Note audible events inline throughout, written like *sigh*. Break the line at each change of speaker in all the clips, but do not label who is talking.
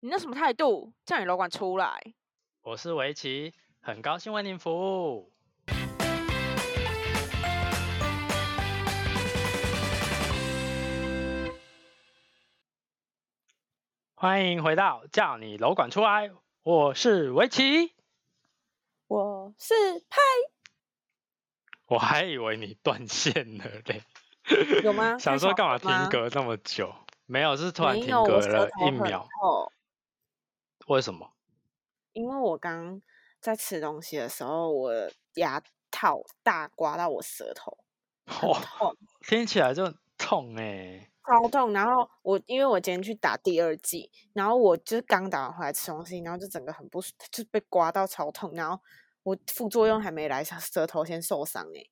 你那什么态度？叫你楼管出来！
我是围棋，很高兴为您服务。欢迎回到叫你楼管出来，我是围棋。
我是
*laughs*
派，
我还以为你断线了嘞，
有吗
想说干嘛停格那啊么久？没有，是突然停格了一秒。
哦，
为什么？
因为我刚在吃东西的时候，我的牙套大刮到我舌头，
哇，
痛，
听起来就很痛哎、
超痛。然后我因为我今天去打第二剂，然后我就是刚打完回来吃东西，然后就整个很不舒，就被刮到超痛。然后我副作用还没来，舌头先受伤哎、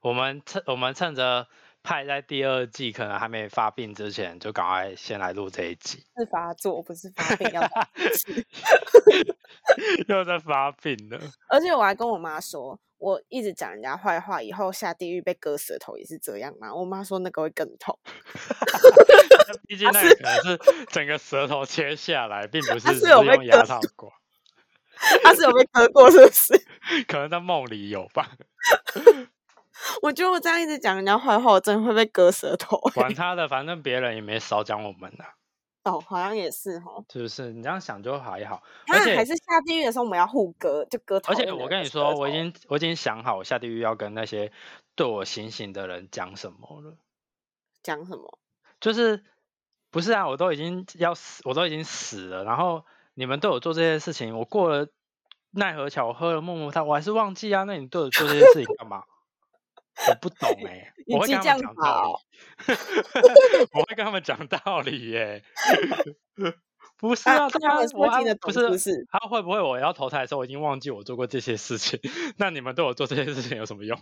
我们趁我们趁着派在第二季可能还没发病之前，就赶快先来录这一集。 *laughs*
是发作不是发病要打
又在发病了，
而且我还跟我妈说，我一直讲人家坏话，以后下地狱被割舌头也是这样嘛。我妈说那个会更痛，
毕竟那个可能啊是整个舌头切下来，并不
他
是
是
只
有被
用牙
割
套刮，
她是有被割过是不是？ *laughs*
可能在梦里有吧。
我觉得我这样一直讲人家坏话，我真的会被割舌头欸、
管他的，反正别人也没少讲我们啊，
哦，好像也是哦。
是不是？你这样想就还好。
她
且
还是下地狱的时候我们要互割，就割讨
而
厌
且
的人的舌头。
我跟你说，我已经我已经想好，我下地狱要跟那些对我行刑的人讲什么了。
讲什么？
就是不是啊？我都已经要死，我都已经死了，然后你们对我做这些事情，我过了奈何桥，我喝了木木汤，我还是忘记啊。那你对我做这些事情干嘛？我不懂哎、
你
我会
记
跟他们
账
讲道
法
理， *laughs* 我会跟他们讲道理耶、 *laughs* 不是啊，
啊
对
他们是
我
会
啊
听得
不
懂
是
是不是？
他、会不会我要投胎的时候，我已经忘记我做过这些事情？ *laughs* 那你们对我做这些事情有什么用？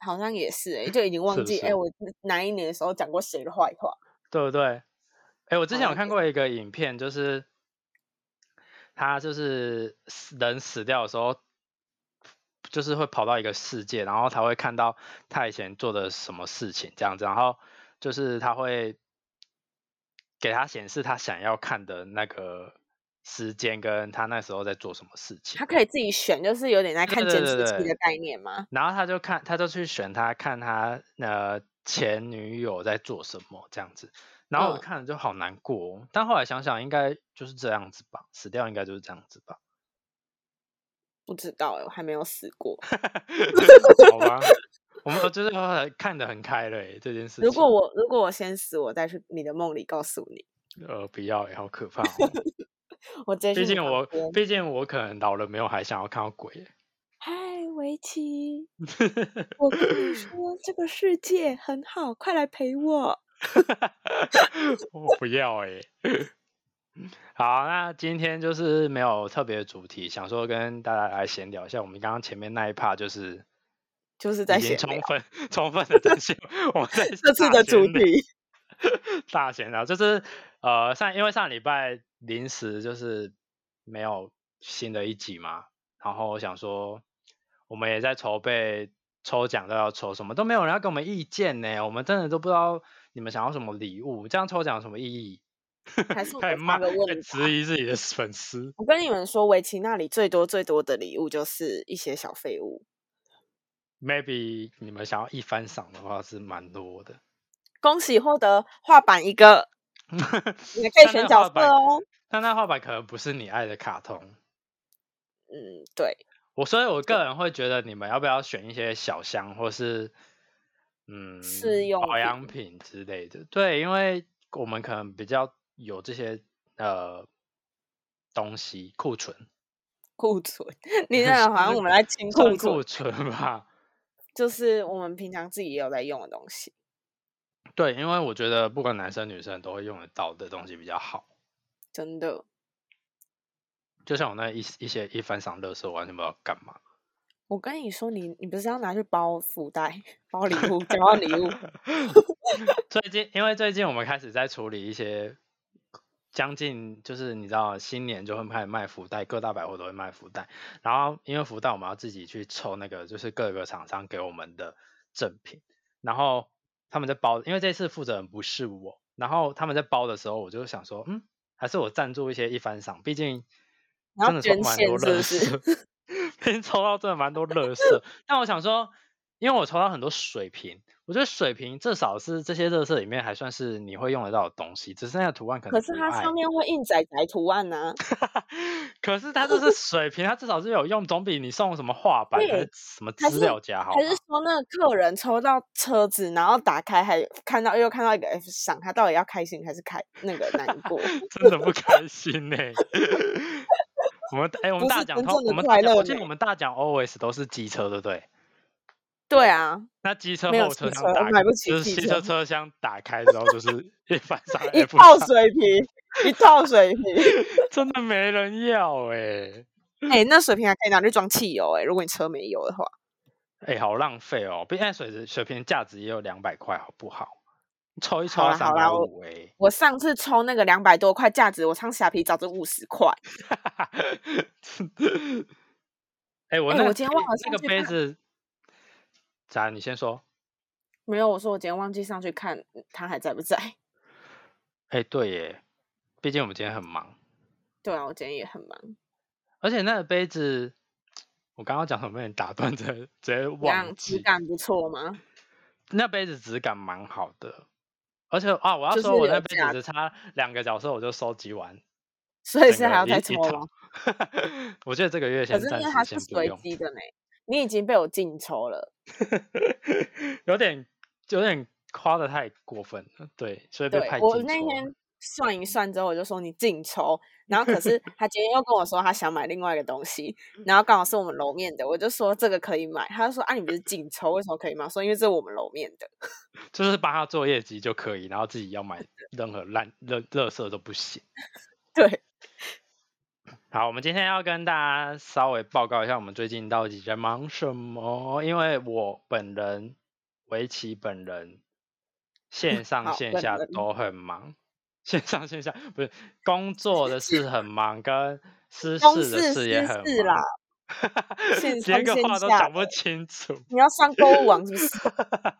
好像也是、欸，就已经
是
忘
不
记哎、
是
我哪一年的时候讲过谁的坏话？
对不对？哎，我之
好
前
像
有看
也
过一个影片，就是他就是死人死掉的时候，就是会跑到一个世界，然后他会看到他以前做的什么事情这样子，然后就是他会给他显示他想要看的那个时间跟他那时候在做什么事情
她，可以自己选，就是有点在
对
看
对
监
对
视
对
器的概念吗？
然后他就看他就去选他看他呃前女友在做什么这样子，然后我
嗯
看了就好难过哦、但后来想想应该就是这样子吧，死掉应该就是这样子
*laughs*
吧，
不知道欸我还没有死过。
好
*laughs*
吧，我们就是后来看得很开了耶这件事情。
如果我如果我先死，我再去你的梦里告诉你，
呃不要也好可
*laughs*
怕哦，
我直接去
毕
你
竟
房
我
间
毕竟我可能老了没有还想要看到鬼耶，
嗨，围棋，我跟你
*laughs*
说，这个世界很好，快来陪我。
我不要哎、 *laughs* 好，那今天就是没有特别的主题，想说跟大家来闲聊一下。我们刚刚前面那一 part 就是
就是在
已经
写
*laughs* 充分充分的展现我们在
这次
大
的主
闲聊
题，
大闲聊， *laughs* 就是呃上因为上礼拜临时就是没有新的一集嘛，然后我想说我们也在筹备抽奖都要抽什么，都没有人要给我们意见呢，我们真的都不知道你们想要什么礼物，这样抽奖有什么意义？
还
*laughs*
是我
开始
们
骂
发个
开始
问啊
质疑自己的粉丝，
我跟你们说，围棋那里最多最多的礼物就是一些小废物，
maybe 你们想要一番赏的话是蛮多
*laughs*
的。
恭喜获得画板一个，你还可以
但那
选
个
角
画
色
板
哦。
但那画板可能不是你爱的卡通，
嗯，对，
我所以我个人会觉得你们要不要选一些小箱或是嗯
试用
保养品之类的？对，因为我们可能比较有这些呃东西库存，
库存，
*laughs*
你那好像我们在清
算
库
库
存，
存吧。 *laughs*
就是我们平常自己也有在用的东西。
对，因为我觉得不管男生女生都会用得到的东西比较好。
真的，
就像我那一一些一番赏乐色，我完全不知道干嘛。
我跟你说，你你不是要拿去包福袋、包礼物、交换礼物？
最近，因为最近我们开始在处理一些将近，就是你知道新年就会开始卖福袋，各大百货都会卖福袋。然后因为福袋我们要自己去抽那个，就是各个厂商给我们的赠品。然后他们在包，因为这次负责人不是我，然后他们在包的时候，我就想说，嗯，还是我赞助一些一番赏？毕竟
你要
真的抽
捐
蛮
献
多
是
乐
不
色， *laughs* 毕竟抽到真的蛮多乐色。但我想说，因为我抽到很多水瓶，我觉得水瓶至少是这些乐色里面还算是你会用得到的东西，只是那个图案可能
可是
不
它
爱
上面会印仔仔图案呢、
可是它这是水平，它至少是有用，总比你送什么画板还
对
是什么
还
资
是
料夹好吧
还。是说那个客人抽到车子，然后打开还看到又看到一个 F 赏，他到底要开心还是开那个难
*laughs*
过？
真的不开心呢、我们哎、我们
不
大
是
奖
真
通，
正的
我们大
快
奖，我
乐
记得
呢
我们大奖 always 都是机车，对不对？
对啊，
那机车
没有
后车
汽
厢
车
打
买
开，
不起
就是
汽
汽
车
车车厢打开之后，就是一翻上
*laughs* 一
F
套
上，
水瓶，一套水瓶。
真的没人要哎、
哎、那水瓶还可以拿去装汽油哎、如果你车没油的话，
哎、好浪费哦！毕竟水水平价值也有两百块，好不好？抽一抽
好
要
啦
三
好
百
啦我
五哎，
我上次抽那个两百多块价值，我上虾皮找这五十块，
*laughs* 哎、我
哎
那
我
个
今天
杯
忘了
那
上
个
去
杯
看
子，咋？你先说。
没有，我说我今天忘记上去看他还在不在。 *laughs*
哎、对耶，毕竟我们今天很忙，
对啊，我今天也很忙，
而且那个杯子，我刚刚讲什么被你打断，直接直接
这样
忘
质
记。
感不错吗？ *laughs*
那杯子质感蛮好的，而且啊，我要
就
说
是
我
有
那杯
价
子只差两个角色我就收集完，
所以
整
是还
个
要
一
再
一
抽
套
吗？
*laughs* 我觉得这个月
可
先
是
暂
因为它
时
是
先不
随
用，
机的呢，你已经被我禁抽了。
*laughs* 有点有点夸的太过分了，对，所以被
对
派
我
进
那
出
天算一算之后，我就说你禁抽，然后可是他今天又跟我说他想买另外一个东
*laughs*
西，
嗯
然后刚好是我们楼面的，我就说这个可以买，他就说啊你不是禁抽，为什么可以买？我说因为这是我们楼面的， *laughs*
就是帮他做业绩就可以，然后自己要买任何烂热热色都不行。
对，
好，我们今天要跟大家稍微报告一下，我们最近到底在忙什么？因为我本人，围棋本人，线
*laughs*
上
好
线
本
下
人
都很忙。 *laughs* 线上线下不是工作的事很忙，跟私
公
事的
事
事也
私
很
事
忙 *laughs*
啦，线
连
上
个
线
话都
下
讲不
的
清楚， *laughs*
你要上购物网是不是？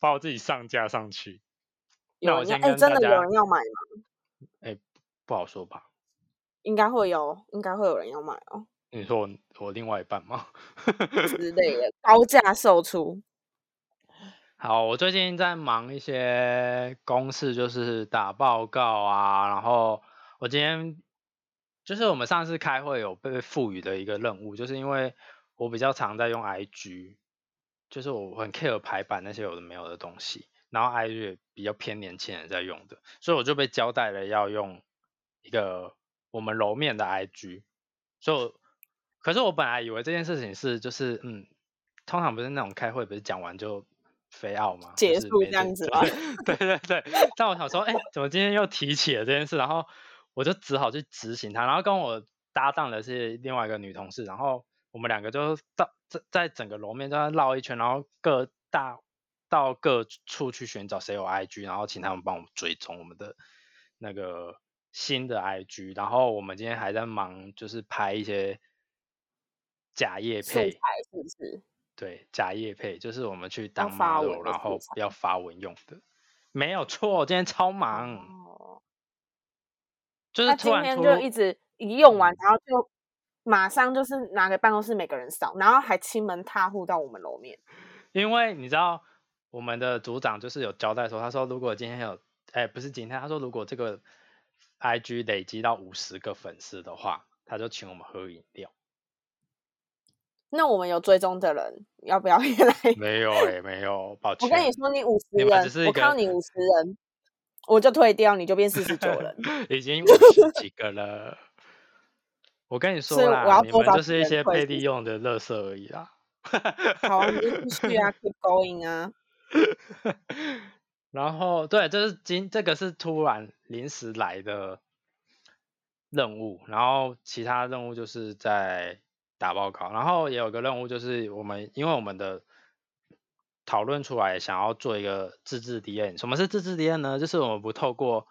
把我自己上架上去， *laughs* 那
有
我
人要
先
哎、
跟
真
大
的
家
有人要买吗？
不好说吧？
应该会有，应该会有人要买
*laughs*
哦
你说我我另外一半吗？
之类的，高价售出。
好，我最近在忙一些公事，就是打报告啊。然后我今天就是我们上次开会有被赋予的一个任务，就是因为我比较常在用 IG，就是我很 care 排版那些有的没有的东西，然后 IG 也比较偏年轻人在用的，所以我就被交代了要用一个我们楼面的 IG，所以我可是我本来以为这件事情是就是嗯，通常不是那种开会不是讲完就飞奥吗？
结
就是
束
没
这
事
样子
对
吗
*laughs* 对对对。但我想说，哎、怎么今天又提起了这件事？然后我就只好去执行它。然后跟我搭档的是另外一个女同事，然后我们两个就到在在整个楼面都在绕一圈，然后各大到各处去寻找谁有 IG，然后请他们帮我们追踪我们的那个新的 IG。然后我们今天还在忙，就是拍一些假叶
素材
配。
是不是？
对，假叶配就是我们去当
发
model，
文的
然
素
后
材
要发文用的，没有错。今天超忙，
哦，
就是
那
突
今
然
天
突
就
入嗯
一直一用完，然后就马上就是拿给办公室每个人扫，然后还亲门踏户到我们楼面。
因为你知道我们的组长就是有交代说，他说如果今天有，哎，不是今天，他说如果这个 IG 累积到五十个粉丝的话，他就请我们喝饮料。
那我们有追踪的人，要不要 *laughs* 也来？
没有哎、没有，抱
我
歉。
跟你说，你五十
你们只
人
是一，
我看到
个
你五十人，我就退掉，你就变四十九人。
已经五十几个了。我跟你说
所以我
啦，
要
你
多
们
找
就
几
是
个
一
人
些
退
被
是不
利
是
用的垃圾而已啦。
好啊，你就继续
*laughs*
啊，keep going 啊。
然后对，这是今这个是突然临时来的任务，然后其他任务就是在打报告，然后也有个任务就是我们因为我们的讨论出来想要做一个自制 DN，什么是自制 DN 呢？就是我们不透过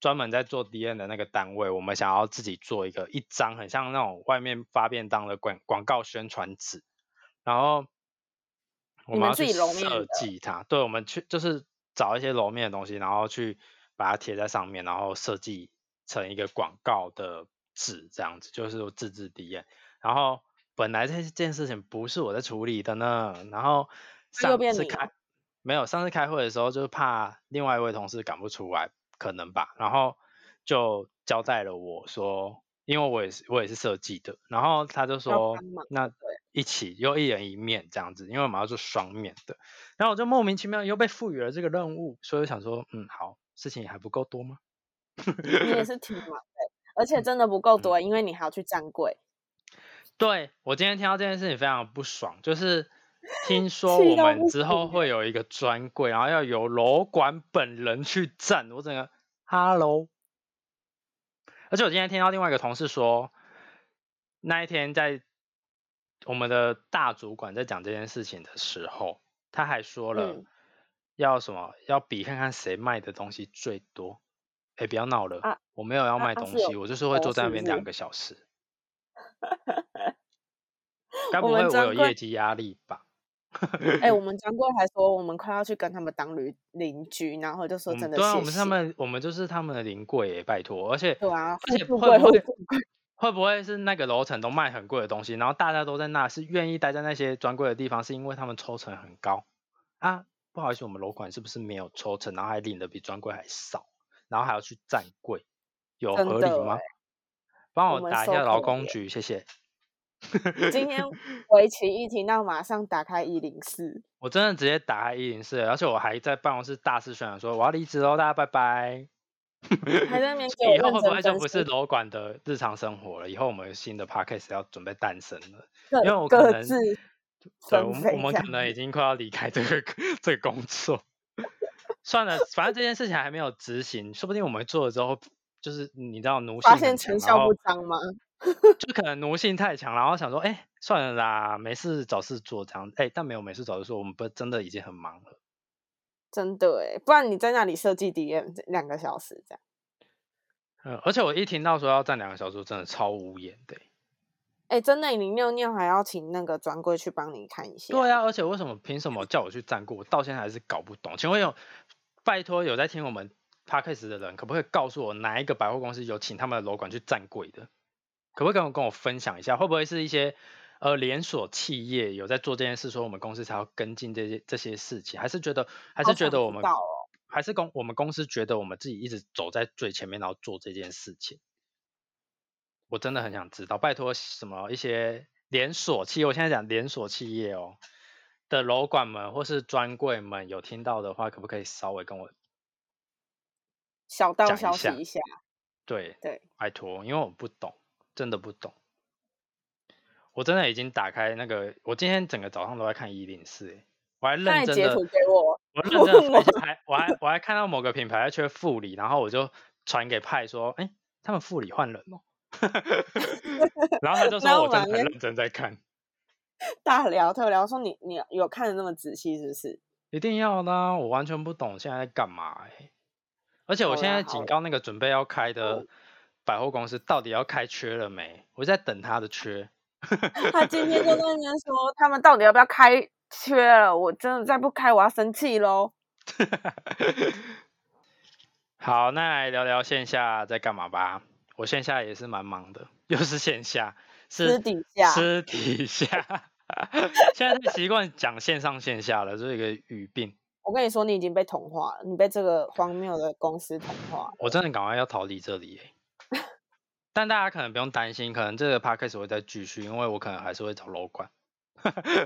专门在做 DN 的那个单位，我们想要自己做一个一张很像那种外面发便当的广广告宣传纸，然后我
你
们
们
要
自
去
己揉面
设
的
计它。对，我们去就是找一些楼面的东西，然后去把它贴在上面，然后设计成一个广告的纸，这样子就是我自制体验。然后本来这件事情不是我在处理的呢，然后
那又
上
变
次
你了
开没有上次开会的时候，就是怕另外一位同事赶不出来，可能吧，然后就交代了我说，因为我也是我也是设计的，然后他就说
帮忙
那一起又一人一面这样子，因为我们要做双面的，然后我就莫名其妙又被赋予了这个任务，所以我想说，嗯，好，事情还不够多吗？
你也是挺忙的，而且真的不够
嗯
多，因为你还要去站柜。
对我今天听到这件事情非常不爽，就是
*laughs*
听说
气
我
到
们
不
之后
行
会有一个专柜，然后要由楼管本人去站，我整个 hello。而且我今天听到另外一个同事说，那一天在我们的大主管在讲这件事情的时候，他还说了、
嗯
要什么要比看看谁卖的东西最多。哎，不要闹了，
啊
我没有要
啊
卖
他
东
是有
西，我就是会
头
坐在
是
那
不
边
是
两个小时。 *laughs* 该
我
不
们
会我
专
有
柜
业绩压力吧？
哎、
*laughs*
我们专柜还说我们快要去跟他们当邻邻居，然后就说
嗯
真的
对啊，
谢
我们是
谢
他们，我们就是他们的临柜耶，拜托，而且
对啊
而且
富
会
贵
不会
后富
*laughs* 会不会是那个楼层都卖很贵的东西，然后大家都在那是愿意待在那些专柜的地方，是因为他们抽成很高啊？不好意思，我们楼管是不是没有抽成，然后还领的比专柜还少，然后还要去站柜，有
真
合
的
理吗
欸？
帮
我
我
们
打一
收
下劳
可
工
怜
局，谢谢。
今天围棋一提到，马上打开一零
*laughs*
四，
我真的直接打开一零四，而且我还在办公室大肆宣扬说我要离职哦喽，大家拜拜。
还在那边给我
以后
认
会不会
真
就
分
不
析
是楼管的日常生活了？以后我们有新的 podcast 要准备诞生了，
各
因为我可
各
能
自
对
分
我们
配
我们
这
可
样
能已经快要离开这个这个工作。 *laughs* 算了，反正这件事情还没有执行，说不定我们做了之后，就是你知道奴性
发
很
现成
强然
效
后
不彰吗？
就可能奴性太强，然后想说，哎、算了啦，没事找事做这样。哎、但没有没事找事做，我们不真的已经很忙了。
真的哎，不然你在那里设计 DM 这两个小时这样，
嗯，而且我一听到说要站两个小时，我真的超无言的欸、
哎，真的你尿尿还要请那个专柜去帮你看一下，
对啊，而且为什么凭什么叫我去站过？我到现在还是搞不懂。请问有拜托有在听我们 podcast 的人，可不可以告诉我哪一个百货公司有请他们的楼管去站柜的？可不可以跟我跟我分享一下？会不会是一些呃连锁企业有在做这件事，说我们公司才要跟进这些这些事情？还是觉得还
好
是觉
想
得我
知
们、
道哦
还是公我们公司觉得我们自己一直走在最前面，然后做这件事情？我真的很想知道，拜托什么一些连锁企业，我现在讲连锁企业哦的楼管们或是专柜们有听到的话，可不可以稍微跟我
小道
讲一
消息
下
一下，
对
对，
拜托，因为我不懂，真的不懂。我真的已经打开那个，我今天整个早上都在看一零四，欸我还
那
认
你
真
截
的，
图给我，
我认真地
问我
发还我还我还看到某个品牌在缺副理，然后我就传给派说，哎、他们副理换人哦， *laughs* 然后他就
然
说
后
我
我
真
还
的很
没
认真在看，
大聊特聊，说你你有看的那么仔细是不是？
一定要啦！我完全不懂现在在干嘛哎、而且我
好
现
啦
在
好
警
啦嗯
告那个准备要开的百货公司到底要开缺了没？我在等他的缺。
他今天就在那边说，他们到底要不要开缺了？我真的再不开，我要生气喽！
*laughs* 好，那来聊聊线下在干嘛吧。我线下也是蛮忙的， *laughs* 又是线下，是
私底下
私底下。 *laughs* 现在太习惯讲线上线下了，这是一个语病。
我跟你说，你已经被同化了，你被这个荒谬的公司同化。
我真的赶快要逃离这里
*laughs*
耶、但大家可能不用担心，可能这个 podcast 会再继续，因为我可能还是会找楼管，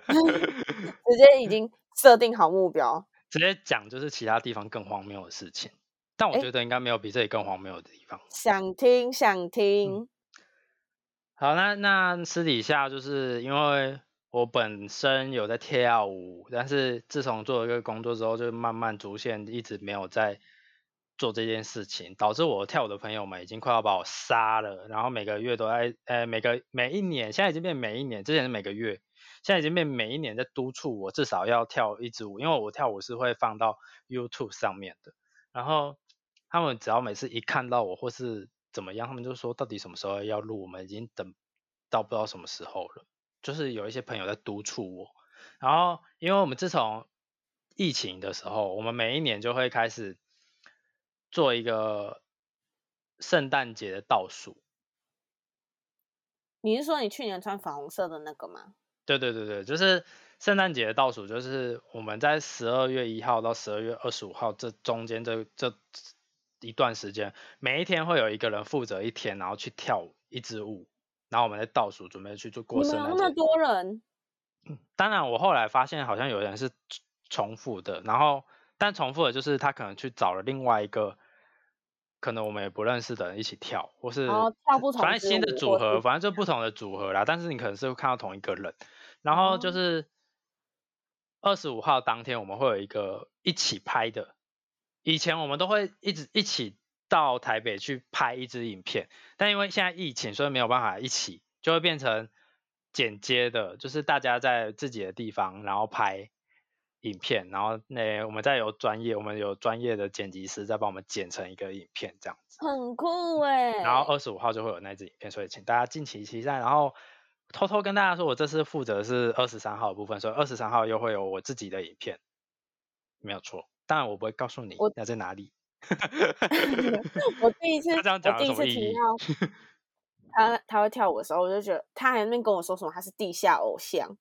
直接已经设定好目标，
直接讲就是其他地方更荒谬的事情。但我
诶
觉得应该没有比这里更荒谬的地方。
想听想听，
好，那那私底下就是因为我本身有在跳舞，但是自从做了这个工作之后，就慢慢逐渐一直没有在做这件事情，导致我跳舞的朋友们已经快要把我杀了。然后每个月都在，呃，每个每一年，现在已经变每一年，之前是每个月，现在已经变每一年在督促我至少要跳一支舞，因为我跳舞是会放到 YouTube 上面的。然后他们只要每次一看到我或是怎么样，他们就说到底什么时候要录，我们已经等到不知道什么时候了。就是有一些朋友在督促我，然后因为我们自从疫情的时候，我们每一年就会开始做一个圣诞节的倒数。
你是说你去年穿粉红色的那个吗？
对对对对，就是圣诞节的倒数，就是我们在十二月一号到十二月二十五号这中间这这一段时间，每一天会有一个人负责一天，然后去跳舞一支舞，然后我们在倒数准备去做过
你们
圣
有
诞
那
节。
么多人，
当然，我后来发现好像有人是重重复的，然后但重复的就是他可能去找了另外一个可能我们也不认识的人一起跳，或是
哦跳不同
反正
支
新的
舞
组
或
合，
是
反正就不同的组合啦。但是你可能是会看到同一个人，然后就
哦
是二十五号当天我们会有一个一起拍的，以前我们都会一直一起到台北去拍一支影片，但因为现在疫情，所以没有办法一起，就会变成剪接的，就是大家在自己的地方，然后拍影片，然后那我们再有专业，我们有专业的剪辑师再帮我们剪成一个影片这样子。
很酷哎、
然后二十五号就会有那支影片，所以请大家敬请期待。然后偷偷跟大家说，我这次负责的是二十三号的部分，所以二十三号又会有我自己的影片，没有错。当然我不会告诉你
我
要在哪里。 *laughs*
*laughs* 我第一次，
他这样讲
我第一
有什么
次
意义
听到他他会跳舞的时候，我就觉得他还在那边跟我说什么他是地下偶像，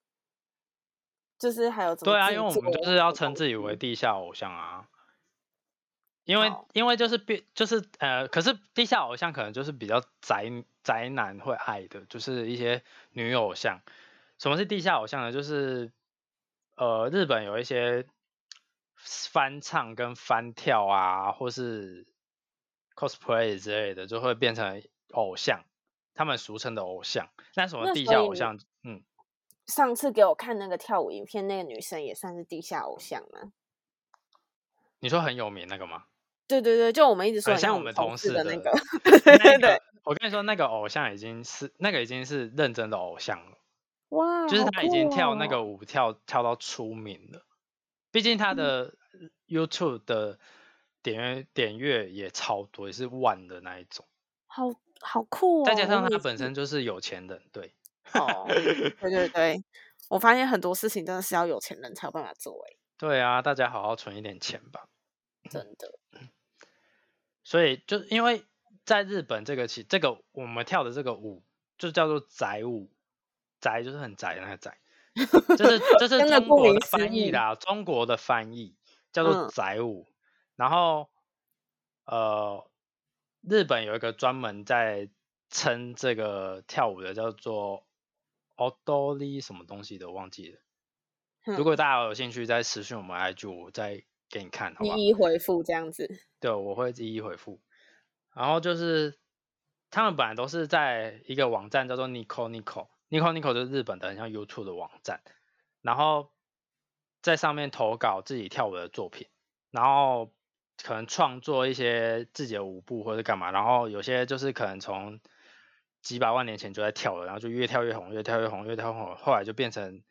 就是还有怎么
对啊，
制
因为我们
作
就是要
什么
称
东
自己为
西
地下偶像啊。因为
好
因为就是变就是呃，可是地下偶像可能就是比较宅宅男会爱的，就是一些女偶像。什么是地下偶像呢？就是呃，日本有一些翻唱跟翻跳啊，或是 cosplay 之类的，就会变成偶像，他们俗称的偶像。那什么
那
地
所
下
以
偶
你
像？嗯，
上次给我看那个跳舞影片，那个女生也算是地下偶像嘛？
你说很有名那个吗？
对对对，就我们一直说
很
很
像
像
我
我
们同
同
事
的
的，
那个 *laughs* 对
那
对
个
对，，
我跟你说，那个偶像已经是那个已经是认真的偶像了，
哇，
就是
好
他已经
酷
跳那
哦嗯
个舞跳跳到出名了。毕竟他的 YouTube 的点阅点阅也超多，也是万的那一种，
好好酷哦！
再加上
我
他
每
本
次
身就是有钱人，对， *laughs*
哦，对对对，我发现很多事情真的是要有钱人才有办法做、欸，
对啊，大家好好存一点钱吧。
真的。
所以就因为在日本这个其这个我们跳的这个舞就叫做宅舞，宅就是很宅的那
*laughs*
个宅，这是这是
真的
中
顾
国
名
的
思
翻译
义
啦，中国的翻译叫做
嗯
宅舞。然后呃，日本有一个专门在称这个跳舞的叫做 odori 什么东西的，我忘记了。如
哼
果大家有兴趣，再私讯我们 IG，我再给你看， *laughs* 好不好？
一一回复这样子，
对，我会一一回复。然后就是他们本来都是在一个网站叫做 Nico Nico Nico Nico，就是日本的很像 YouTube 的网站，然后在上面投稿自己跳舞的作品，然后可能创作一些自己的舞步或者干嘛，然后有些就是可能从几百万年前就在跳了，然后就越跳越红，越跳越红，越跳越红，后来就变成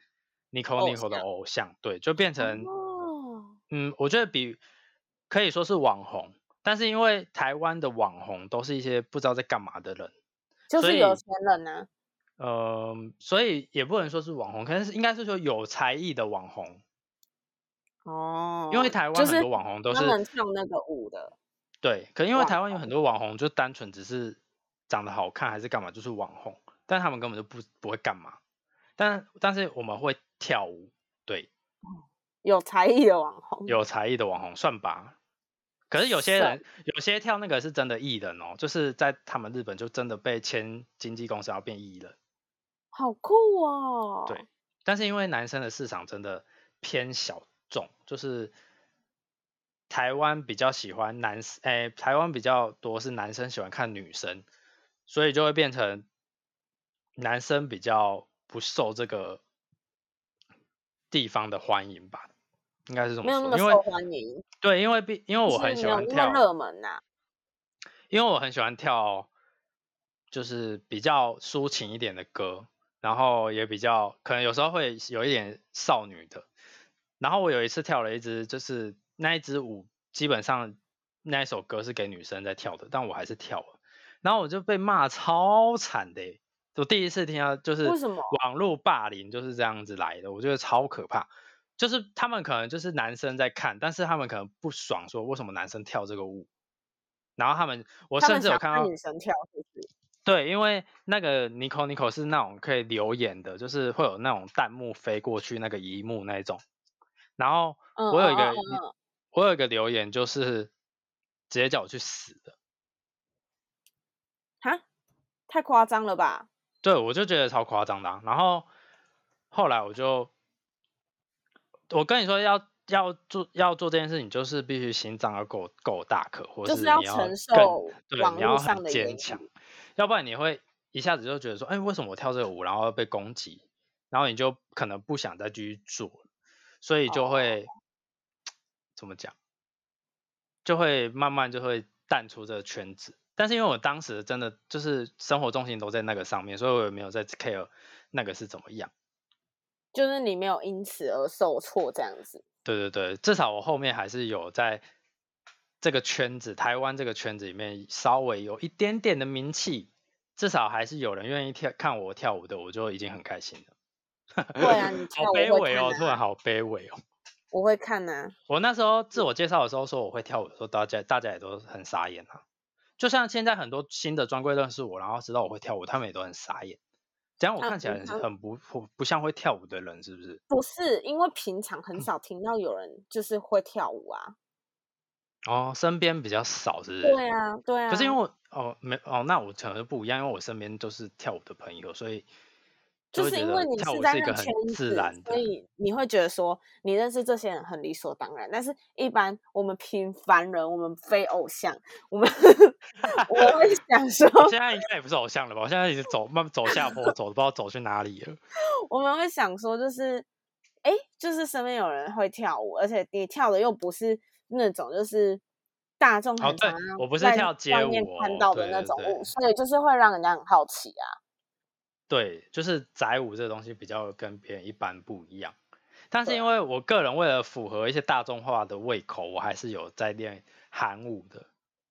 Nico
偶
Nico 的
像
偶像，对，就变成
哦，
嗯，我觉得比可以说是网红，但是因为台湾的网红都是一些不知道在干嘛的人，
就
所
是有
以
钱人啊呐、
呃，所以也不能说是网红，可能是应该是说有才艺的网红，
哦，
因为台湾
就
很
是
多网红都
专
是
门跳那个舞的，
对，可因为
网
台湾有很多网红就单纯只是长得好看还是干嘛，就是网红，但他们根本就不不会干嘛，但但是我们会跳舞，对，
有才艺的网红，
有才艺的网红算吧。可是有些
算
人，有些跳那个是真的艺人哦，就是在他们日本就真的被签经纪公司，然后变艺人。
好酷哦。
对但是因为男生的市场真的偏小众，就是台湾比较喜欢男，哎、台湾比较多是男生喜欢看女生，所以就会变成男生比较不受这个地方的欢迎吧，应该是这么
没有那
说，
么
因为
受欢迎
对，因为毕因为
就
我
是
很喜
没有
欢
那
跳
么，热门呐、
因为我很喜欢跳，就是比较抒情一点的歌，然后也比较可能有时候会有一点少女的。然后我有一次跳了一支，就是那一支舞，基本上那一首歌是给女生在跳的，但我还是跳了，然后我就被骂超惨的欸、我第一次听到就是
为什么
网络霸凌就是这样子来的，我觉得超可怕。就是他们可能就是男生在看，但是他们可能不爽，说为什么男生跳这个舞，然后他们，我
他
甚
们
至有
想
看
看
到
女生跳，是不是？
对，因为那个 Nico Nico 是那种可以留言的，就是会有那种弹幕飞过去那个一幕那一种。然后
嗯
我有一
嗯
个
嗯
一
嗯
我有一个留言就是直接叫我去死的，
哈，太夸张了吧？
对我就觉得超夸张的啊、然后后来我就，我跟你说要要做要做这件事情，就是必须心脏要够够大颗，或
就是是
你
要
要
承
更
受
对，
网
你要
络上
很
的言
坚强，要不然你会一下子就觉得说，哎，为什么我跳这个舞，然后被攻击，然后你就可能不想再继续做了，所以就
哦
会、怎么讲，就会慢慢就会淡出这个圈子。但是因为我当时真的就是生活重心都在那个上面，所以我也没有在 care 那个是怎么样。
就是你没有因此而受挫这样子。
对对对，至少我后面还是有在这个圈子，台湾这个圈子里面稍微有一点点的名气，至少还是有人愿意跳看我跳舞的，我就已经很开心了。
*laughs* 对啊，
*laughs*
你
好
跳舞会
卑微
看
哦，
啊
突然好卑微哦。
我会看呐、
我那时候自我介绍的时候说我会跳舞的时候，大家大家也都很傻眼啊。就像现在很多新的专柜认识我，然后知道我会跳舞，他们也都很傻眼。这样我
啊
看起来
平
很
常
很不不不像会跳舞的人，是不是？
不是因为平常很少听到有人就是会跳舞啊。
哦，身边比较少，是不是？
对啊，对啊。
可是因为我哦没哦，那我可能就不一样，因为我身边都是跳舞的朋友，所以
就
会
是
觉
因
得
为你
跳
是
舞
在
一
那
个很
圈
自
子，
然的
所，以你会觉得说你认识这些人很理所当然。但是，一般我们平凡人，我们非偶像，我们 *laughs* 我们会想说，
我现在应该也不是偶像了吧？我现在已经走慢慢走下坡，走不知道走去哪里
*laughs*
了。
我们会想说，就是，哎，就是身边有人会跳舞，而且你跳的又不是那种就是大众
哦
很
对
常
我不是
在
跳街
外面
舞哦
看到的
对
那
对
种
对
舞，所以就是会让人家很好奇啊。
对，就是宅舞这个东西比较跟别人一般不一样。但是
对啊
因为我个人为了符合一些大众化的胃口，我还是有在练韩舞的，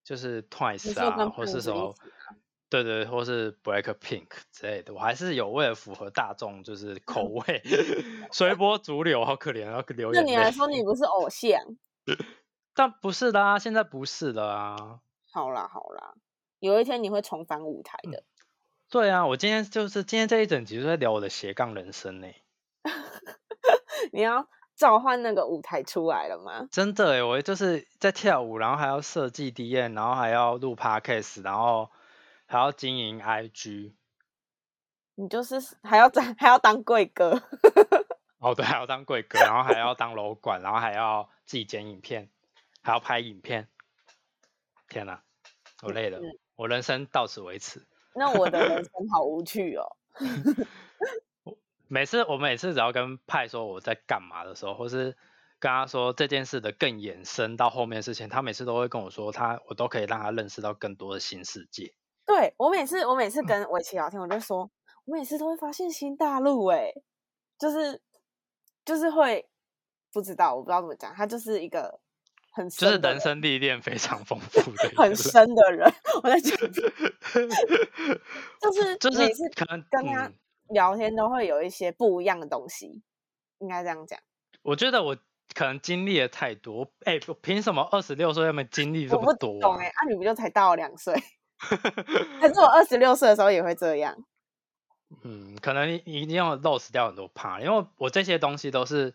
就是 Twice
说
啊，
跟
或
胖
是
子
什
一
么
起，
对对，或是 Black Pink 之类的，我还是有为了符合大众
*laughs*
就是口味，随波逐流，好可怜啊，然后流
那
眼
你来
泪。
说，你不是偶像？
但不是的啊，现在不是的啊。
好啦好啦，有一天你会重返舞台的。
对啊，我今天就是今天这一整集就在聊我的斜杠人生呢、嗯
你要召唤那个舞台出来了吗？
真的诶，我就是在跳舞，然后还要设计 DM，然后还要录 podcast，然后还要经营 IG。
你就是还要当还要当贵哥， *laughs*
哦，对，还要当贵哥，然后还要当楼管，然后还要自己剪影片，还要拍影片。天哪，我累了，我人生到此为止。
那我的人生好无趣哦。
每次我每次只要跟派说我在干嘛的时候，或是跟他说这件事的更延伸到后面的事情，他每次都会跟我说他，我都可以让他认识到更多的新世界。
对我每次我每次
嗯
跟围棋聊天，我就说，我每次都会发现新大陆哎、就是就是会不知道，我不知道怎么讲，他就是一个很
就是
深的
人生历练非常丰富
*laughs*
的一个
很
*laughs* 人，
深的人。 *laughs* 我在讲，就是
就是
每次
可能
跟他
嗯
聊天都会有一些不一样的东西，应该这样讲。
我觉得我可能经历了太多，哎、我凭什么二十六岁他们经历这
我不
么多
懂
啊、
哎、啊你不就才大我两
*laughs*
岁？还是我二十六岁的时候也会这样？
嗯，可能一一定要 lose 掉很多趴，因为我这些东西都是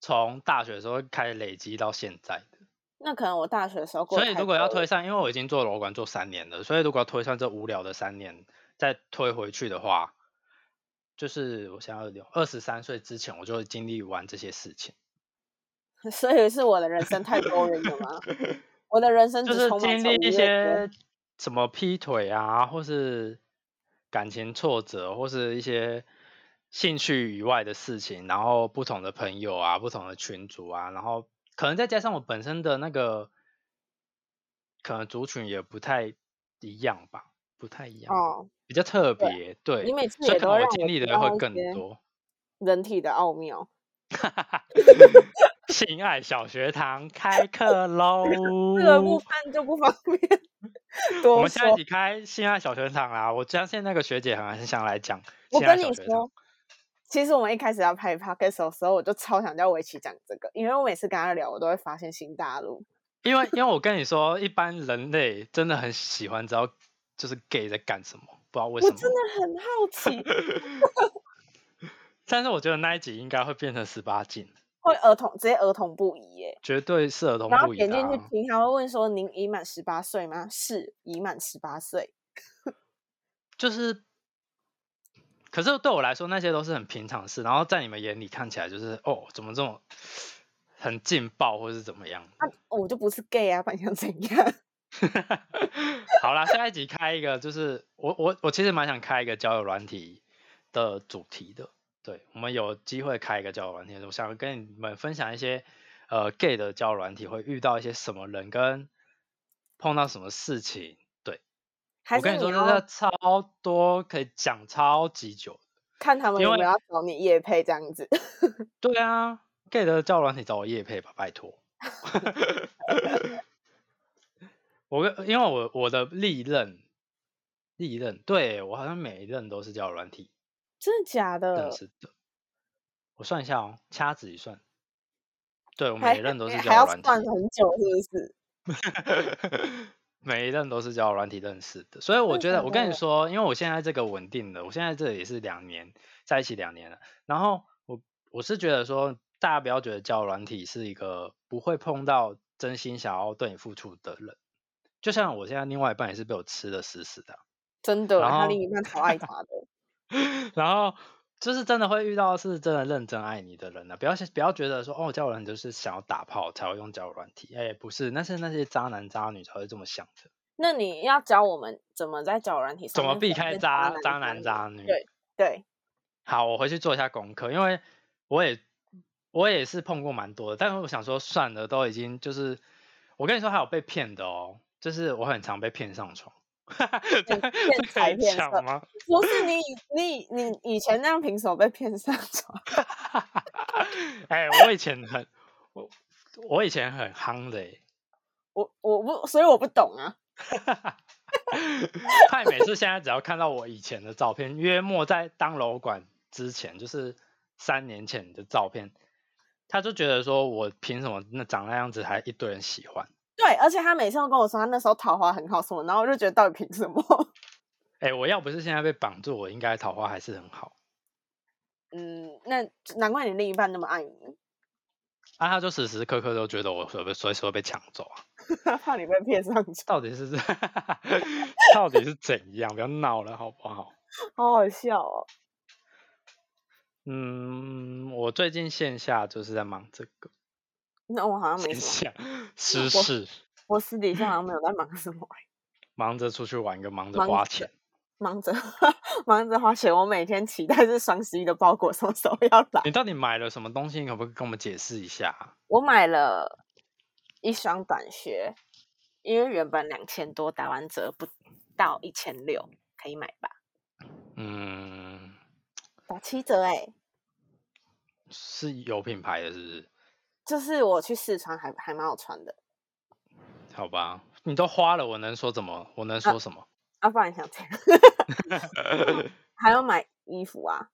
从大学的时候开始累积到现在的。
那可能我大学的时候过
所
得
以
太
如果要
多了
推上，因为我已经做楼管做三年了，所以如果要推上这无聊的三年，再推回去的话，就是我想要留二十三岁之前，我就经历完这些事情。
*laughs* 所以是我的人生太多人了吗？我的人生
就
只
是
充满
经
着
历一
无乐歌
些什么劈腿啊，或是感情挫折，或是一些兴趣以外的事情，然后不同的朋友啊，不同的群组啊，然后可能再加上我本身的那个，可能族群也不太一样吧，不太一样，
哦，
比较特
对
别，对，
你每次
所以
也
可
都
能
会
我
让
经
我
历
知
的会
道一
更
些
多。 *laughs*
人体的奥妙。
性爱小学堂开
*laughs*
课喽！
这个部分就不方便
嗯
*laughs*
我
多
们下一
说。
集开性爱小学堂啦！我相信那个学姐很很想来讲
我
性爱
跟
小
你
学堂
说。，其实我们一开始要拍 podcast 的时候，我就超想叫围棋讲这个，因为我每次跟他聊，我都会发现新大陆。
因为因为我跟你说，一般人类真的很喜欢知道就是 gay 在干什么，不知道为什
我
么。
真的很好奇，
但是我觉得那一集应该会变成十八禁，
会儿童直接儿童不宜耶。
绝对是儿童
然后
不宜
点
的
进
啊、
去听，他会问说：“您已满十八岁吗？”是，已满十八岁。
就是，可是对我来说那些都是很平常的事，然后在你们眼里看起来就是哦，怎么这么很劲爆，或是怎么样？
啊，我就不是 gay 啊，不然想怎样？ *laughs*
*laughs* 好啦，下一集开一个，就是我我我其实蛮想开一个交友软体的主题的。对，我们有机会开一个交友软体，我想跟你们分享一些呃 gay 的交友软体会遇到一些什么人，跟碰到什么事情。对
还
我
是哦
跟你说，真
要
的超多可以讲超级久。
看他们
因
有
为
没有要找你夜配这样子？ *laughs*
对啊，gay 的交友软体找我叶配吧，拜托。 *laughs* 我跟因为我我的历任历任，对我好像每一任都是交友软体
真的假的
认？识的。我算一下哦，掐指一算，对我
还
每一任都是
还
交友
要
软
算
体，
很久，是不是？
*laughs* 每一任都是交友软体认识的。所以我
真
觉
的
得，
假
我跟你
的
说，因为我现在这个稳定的，我现在这也是两年在一起两年了，然后我我是觉得说，大家不要觉得交友软体是一个不会碰到真心想要对你付出的人。就像我现在另外一半也是被我吃的死死的啊， *laughs*
真的，
然
他
后
另一半超爱他的，
然后就是真的会遇到是真的认真爱你的人呢、啊不要先不要觉得说哦，交友软体就是想要打炮才会用交友软体，哎、不是，那是那些渣男渣女才会这么想的，
那你要教我们怎么在交友软体上
怎么
面
避
分
开
辨
渣
渣
男
渣
渣女？
对对，
*laughs* 好，我回去做一下功课，因为我也我也是碰过蛮多的，但是我想说算了，都已经就是我跟你说还有被骗的哦，就是我很常被骗上床， *laughs* 这
哦骗
这可
财
以
骗色
讲吗？
不是你你你以前那样凭什么被骗上床？
哎、我以前很我我以前很夯的、欸。
我我不，所以我不懂啊。
派每次现在只要看到我以前的照片，约莫在当楼管之前，就是三年前的照片，他就觉得说我凭什么那长那样子还一堆人喜欢？
对，而且他每次都跟我说他那时候桃花很好什么，然后我就觉得到底凭什么？ *laughs*
哎、我要不是现在被绑住，我应该桃花还是很好。
嗯，那难怪你另一半那么爱你， *laughs*
啊，他就时时刻刻都觉得我随随时会被抢走啊！
他怕你被骗上床，
到底是 *laughs* 到底是怎样？不要闹了好不好？
好好笑哦。
嗯，我最近线下就是在忙这个
那我好像没
线
什么。
下私
我
事，
我私底下好像没有在忙什么，
忙着出去玩跟忙着
忙
花
着
钱。
忙着 *laughs* 忙着花钱。我每天期待是双十一的包裹什么时候要来。
你到底买了什么东西？你可不可以跟我们解释一下啊？
我买了一双短靴，因为原本两千多，打完折不到一千六，可以买吧？
嗯，
打七折哎、
是有品牌的，是不是？
就是我去试穿还还蛮好穿的。
好吧，你都花了，我能说怎么？我能说什么？ *laughs*
啊，不然你想怎样？ *laughs* 还要买衣服啊，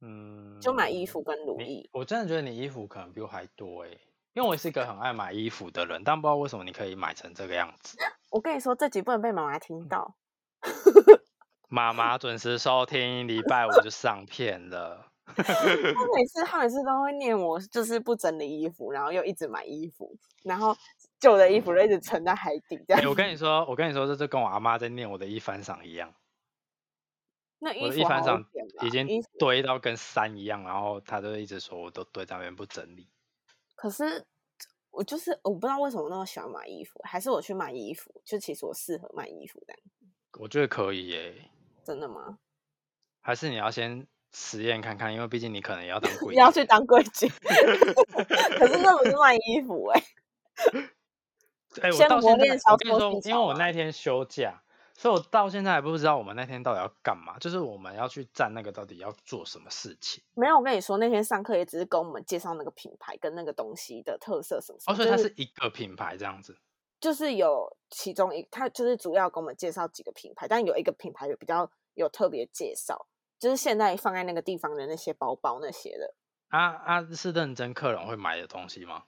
嗯，
就买衣服跟如
你
意。
我真的觉得你衣服可能比我还多哎、因为我也是一个很爱买衣服的人，但不知道为什么你可以买成这个样子。
我跟你说，这集不能被妈妈听到。
妈妈准时收听，礼拜五就上片了。嗯
他每次他每次都会念我，就是不整理衣服，然后又一直买衣服，然后旧的衣服就一直沉在海底这
哎、
样。
我跟你说，我跟你说，这就跟我阿妈在念我的一番赏一样，
那衣
我的
服
一番
好
赏
点吧
已经
啊衣服
堆到跟山一样，然后她就一直说我都堆在那边不整理。
可是我就是我不知道为什么那么喜欢买衣服，还是我去买衣服，就其实我适合买衣服这样，
我觉得可以耶、
真的吗？
还是你要先实验看看，因为毕竟你可能也要当柜
要
姐
去当柜姐， *laughs* 可是那不是卖衣服哎、
哎、我
先
到
磨
现在
练
我
销
跟你
售
说
技，
因为
巧
我
啊
那一天休假，所以我到现在还不知道我们那天到底要干嘛，就是我们要去站那个到底要做什么事情。
*laughs* 没有，我跟你说，那天上课也只是跟我们介绍那个品牌跟那个东西的特色什么什
哦，
么，
所以
就
它
是
是一个品牌这样子。
就是有其中一，他就是主要给我们介绍几个品牌，但有一个品牌有比较有特别介绍，就是现在放在那个地方的那些包包那些的，
啊啊，是认真客人会买的东西吗？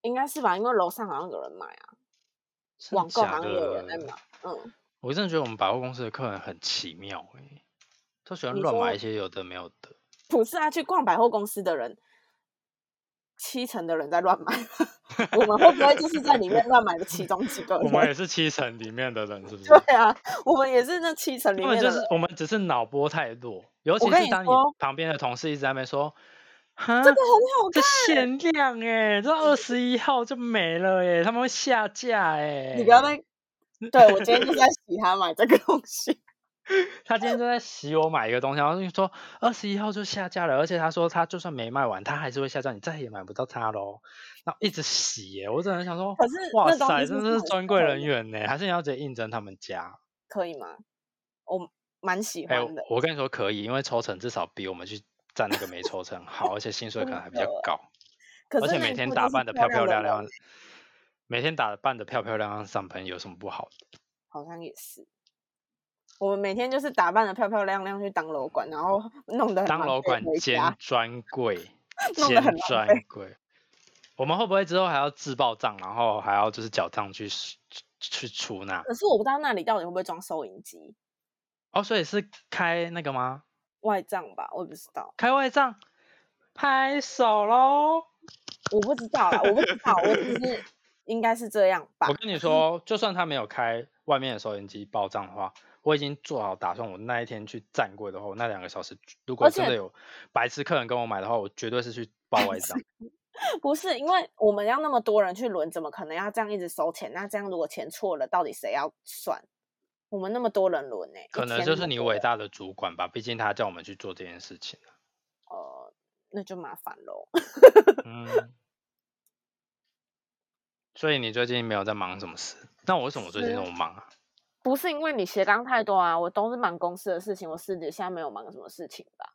应该是吧，因为楼上好像有人买啊，
真
网购
假
好像也有人在
的
买。嗯，
我真的觉得我们百货公司的客人很奇妙哎、都喜欢
你
乱买
说
一些有的没有的。
不是啊，去逛百货公司的人，七成的人在乱买， *laughs* 我们会不会就是在里面乱买的其中几个
*laughs* 我们
人？
也是七成里面的人，是不是？
*laughs* 对啊，我们也是那七成里面
他们
的
就
人。
是我们只是脑波太弱，尤其
跟
是
你
当你
说
旁边的同事一直在那边说，哈，
这个很好
这限量哎、这二十一号就没了哎、他们会下架哎、
看，你不要再。对我今天就是在洗他买这个东西，
他今天就在洗我买一个东西，然后就说二十一号就下架了，而且他说他就算没卖完，他还是会下架，你再也买不到它喽。然后一直洗耶、我真的想说，
可是
哇
那东
塞，
西
真
不
的
是
是
很
专柜
适合
人
你
员呢、还是你要直接应征他们家？
可以吗？我蛮喜
哎、
欢的。
我跟你说可以，因为抽成至少比我们去占那个没抽成好，而且薪水可能还比较
真的
高，
可
而
是
且
那
每
一
天
部
打
就是
扮的
漂
漂漂
的
亮
人
亮， *laughs* 每天打扮的漂漂亮亮上班有什么不好的？
好像也是。我们每天就是打扮的漂漂亮亮去当楼管，然后弄得很
当
狼
楼
狈
管
回
兼
家，
专柜
*laughs* 弄得
兼
很浪
专
费
柜。我们会不会之后还要自报账，然后还要就是缴账去去去出纳？
可是我不知道那里到底会不会装收银机
哦，所以是开那个吗？
外账吧，我也不知道，
开外账，拍手喽！
我不知道啦，我不知道，我只
*laughs*
是应该是这样吧
我。跟你说，就算他没有开外面的收银机报账的话，我已经做好打算，我那一天去站柜的话，我那两个小时如果
而
真的
且
有白痴客人跟我买的话，我绝对是去报
*laughs*
外账。
不是因为我们要那么多人去轮，怎么可能要这样一直收钱？那这样如果钱错了，到底谁要算？我们那么多人轮欸呢、一
可能
天
就
那
是
么
你
多
伟
人
大的主管吧，毕竟他叫我们去做这件事情。啊
呃，那就麻烦喽。
嗯，所以你最近没有在忙什么事？那我为什么最近
是
那么忙啊？
*laughs* 不是因为你斜杠太多啊，我都是忙公司的事情，我私底下没有忙什么事情吧？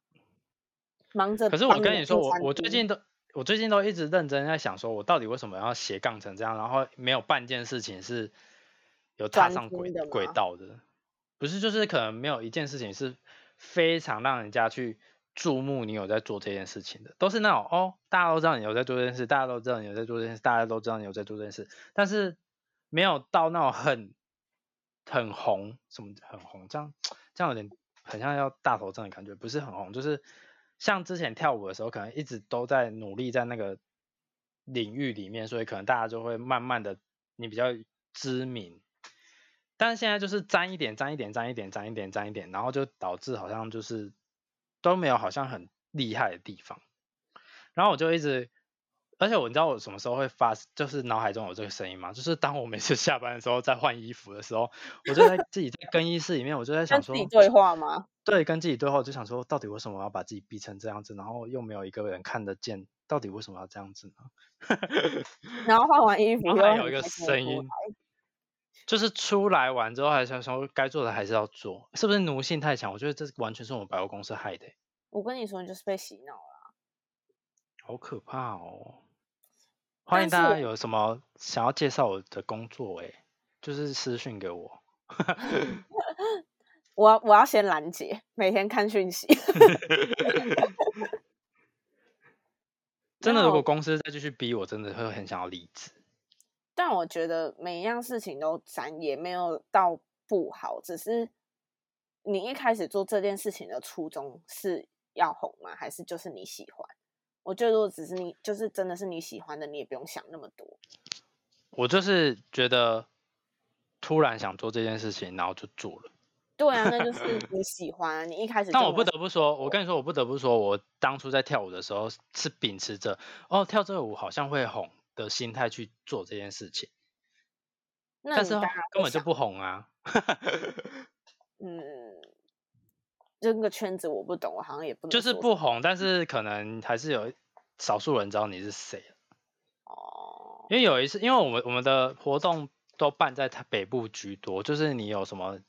忙着。
可是我跟你说，我我最近都我最近都一直认真在想，说我到底为什么要斜杠成这样，然后没有半件事情是有踏
专
上轨
心的
轨
吗
道的，不是就是可能没有一件事情是非常让人家去注目你有在做这件事情的，都是那种哦，大家都知道你有在做这件事，大家都知道你有在做这件事，大家都知道你有在做这件事，但是没有到那种很很红，什么很红，这样这样有点很像要大头症的感觉，不是很红，就是像之前跳舞的时候，可能一直都在努力在那个领域里面，所以可能大家就会慢慢的你比较知名，但是现在就是沾一点，沾一点，沾一点，沾一点，沾一点，然后就导致好像就是都没有好像很厉害的地方。然后我就一直，而且我你知道我什么时候会发，就是脑海中有这个声音吗？就是当我每次下班的时候在换衣服的时候，我就在自己在更衣室里面，我就在
跟
想
自
说，
己对话吗？
对，跟自己对话，我就想说，到底为什么要把自己逼成这样子，然后又没有一个人看得见，到底为什么要这样子呢？
然后换完衣
*laughs*
服
然
又
后还
很
有一个
开心地
声
出
音
来，
就是出来完之后还想说该做的还是要做，是不是奴性太强？我觉得这完全是我们百货公司害的欸、
我跟你说，你就是被洗脑了。
好可怕哦！欢迎
但是
大家
我
有什么想要介绍我的工作、欸，就是私讯给我。
我要我要先拦截，每天看讯息。 *laughs*
真的，
那
如
我
果公司再继续逼我，真的会很想要离职。
但我觉得每一样事情都沾，也没有到不好，只是你一开始做这件事情的初衷是要红吗？还是就是你喜欢？我觉得如果只是你，就是真的是你喜欢的，你也不用想那么多。
我就是觉得突然想做这件事情，然后就做了。
对啊，那
*laughs*
就是你喜欢啊，你一开始就
但我
没
不
有
得不说，我跟你说，我不得不说，我当初在跳舞的时候是秉持着哦，跳这个舞好像会红的心态去做这件事情，
那
但
你
是
当
后
然会
根本就
想
不红啊。
嗯，这个圈子我不懂，我好像也不能
就是
说
不红，但是可能还是有少数人知道你是谁。
哦，
因为有一次，因为我们我们的活动都办在台北部居多，就是你有什么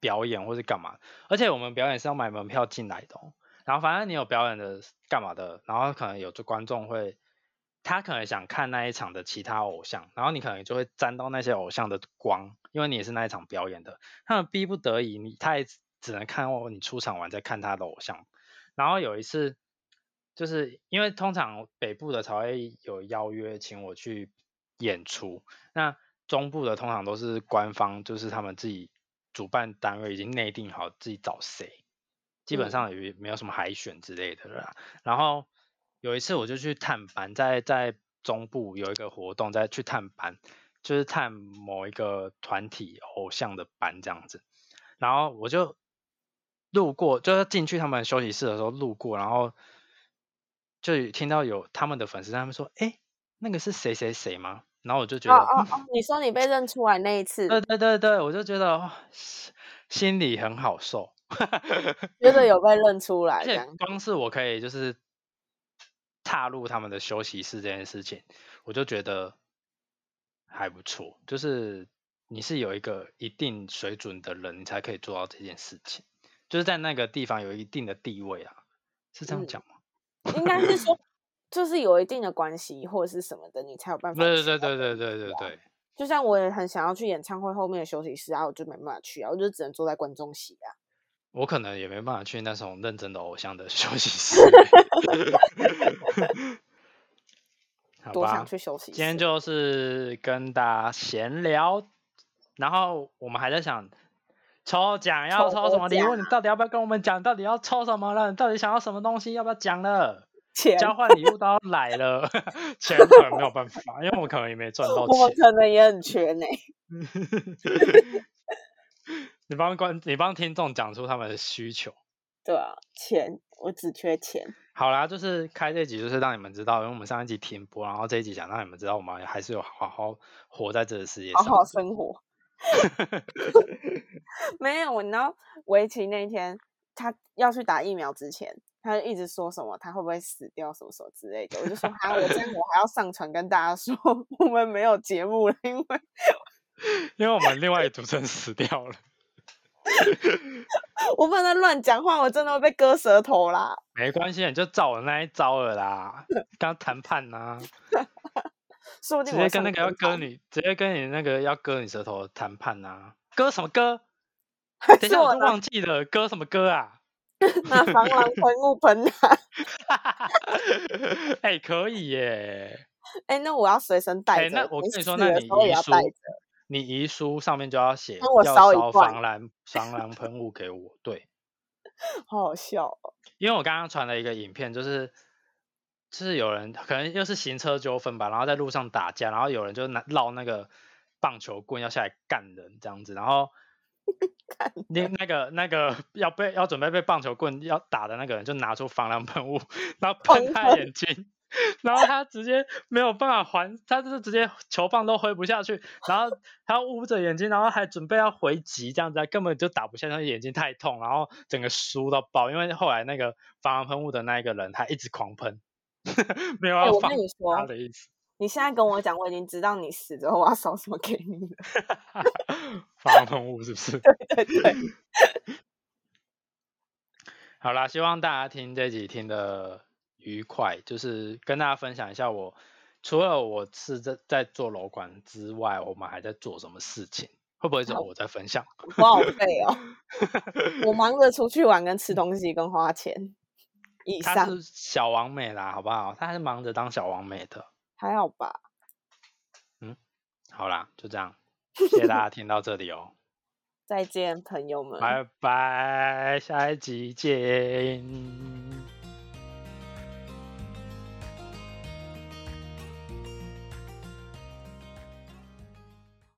表演或是干嘛，而且我们表演是要买门票进来的、哦。然后反正你有表演的干嘛的，然后可能有就观众会，他可能想看那一场的其他偶像，然后你可能就会沾到那些偶像的光，因为你也是那一场表演的，他们逼不得已，你他也只能看哦你出场完再看他的偶像。然后有一次，就是因为通常北部的才会有邀约请我去演出，那中部的通常都是官方，就是他们自己主办单位已经内定好自己找谁，基本
嗯
上也没有什么海选之类的啦。然后有一次我就去探班，在在中部有一个活动，在去探班，就是探某一个团体偶像的班这样子。然后我就路过，就是进去他们休息室的时候路过，然后就有听到有他们的粉丝，他们说：“哎，那个是谁谁谁吗？”然后我就觉
哦
得，呃
哦
嗯
哦，你说你被认出来那一次，
对对对对，我就觉得、哦、心心里很好受，
觉得有被认出来
而
这
且
样，
光是我可以就是踏入他们的休息室这件事情，我就觉得还不错，就是你是有一个一定水准的人，你才可以做到这件事情，就是在那个地方有一定的地位啊，是这样
嗯
讲吗？
应该是说就是有一定的关系或者是什么的，你才有办法。
对对对对对对
哦
对，
就像我也很想要去演唱会后面的休息室啊，我就没办法去啊，我就只能坐在观众席啊。
我可能也没办法去那种认真的偶像的 *laughs* 休
*laughs*
息室欸。好
多
吧
想，去休息室。
今天就是跟大家闲聊，然后我们还在想抽奖要
抽
抽什么礼物，
奖
你到底要不要跟我们讲？到底要抽什么了？你到底想要什么东西？要不要
*laughs*
讲了？
钱，
交换礼物都要来了， *laughs* 钱可能没有办法，因为我可能也没赚到
我 *laughs*
钱。
可能也很缺呢、
你帮观，你帮听众讲出他们的需求。
对啊，钱，我只缺钱。
好啦，就是开这集，就是让你们知道，因为我们上一集停播，然后这一集想让你们知道，我们还是有好好活在这个世界
好
上。
好生
*laughs*
活。没有，然后围棋那天他要去打疫苗之前，他就一直说什么他会不会死掉什么什么之类的。我就说哈，我这样我还要上传跟大家说 *laughs* 我们没有节目了，因为
因为我们另外一组成死掉了，
我不能乱讲话，我真的会被割舌头啦。
没关系，你就照我那一招
*laughs*
了啦。刚谈判呐、
说不定
直
我
接跟
上
那个要
天
割
堂
你，直接跟你那个要割你舌头的谈判呐、割什么割？
*laughs*
等一
是
下
我
我就
的
忘记了，割什么割啊？ *laughs*
拿防狼喷雾喷他。
哎、可以耶。
哎、那我要随身带
哎、
着。
那我跟你说，那
死的
你
时候也
遗
要
书
带着。，
你遗书上面就要写
帮我
要
烧一
烧
罐
防狼防狼喷雾给我，对。
好好笑哦、
因为我刚刚传了一个影片，就是就是有人可能又是行车纠纷吧，然后在路上打架，然后有人就拿绕那个棒球棍要下来干人这样子，然后那那个那个要被要准备被棒球棍要打的那个人就拿出防狼喷雾， *laughs* 然后喷
狂
他眼睛。然后他直接没有办法还，他就是直接球棒都挥不下去，然后他捂着眼睛，然后还准备要回击，这样子他根本就打不下去，他眼睛太痛，然后整个输到爆。因为后来那个防狼喷雾的那一个人，他一直狂喷， *laughs* 没有
哎、
要
我
放
跟你
他
说，
的意思。
你现在跟我讲，我已经知道你死之后我要烧什么给你了。
防狼喷雾是不是？
对 *laughs* 对，
好啦，希望大家听这集听的愉快，就是跟大家分享一下我除了我是在在做楼管之外，我们还在做什么事情？会不会是
好
我在分享？
我好废哦，我忙着出去玩、跟吃东西、跟花钱。以
她
上
是小王美啦，好不好？她还是忙着当小王美的。
还好吧？
好啦，就这样，谢谢大家听到这里哦，
再见，朋友们。
拜拜，下一集见。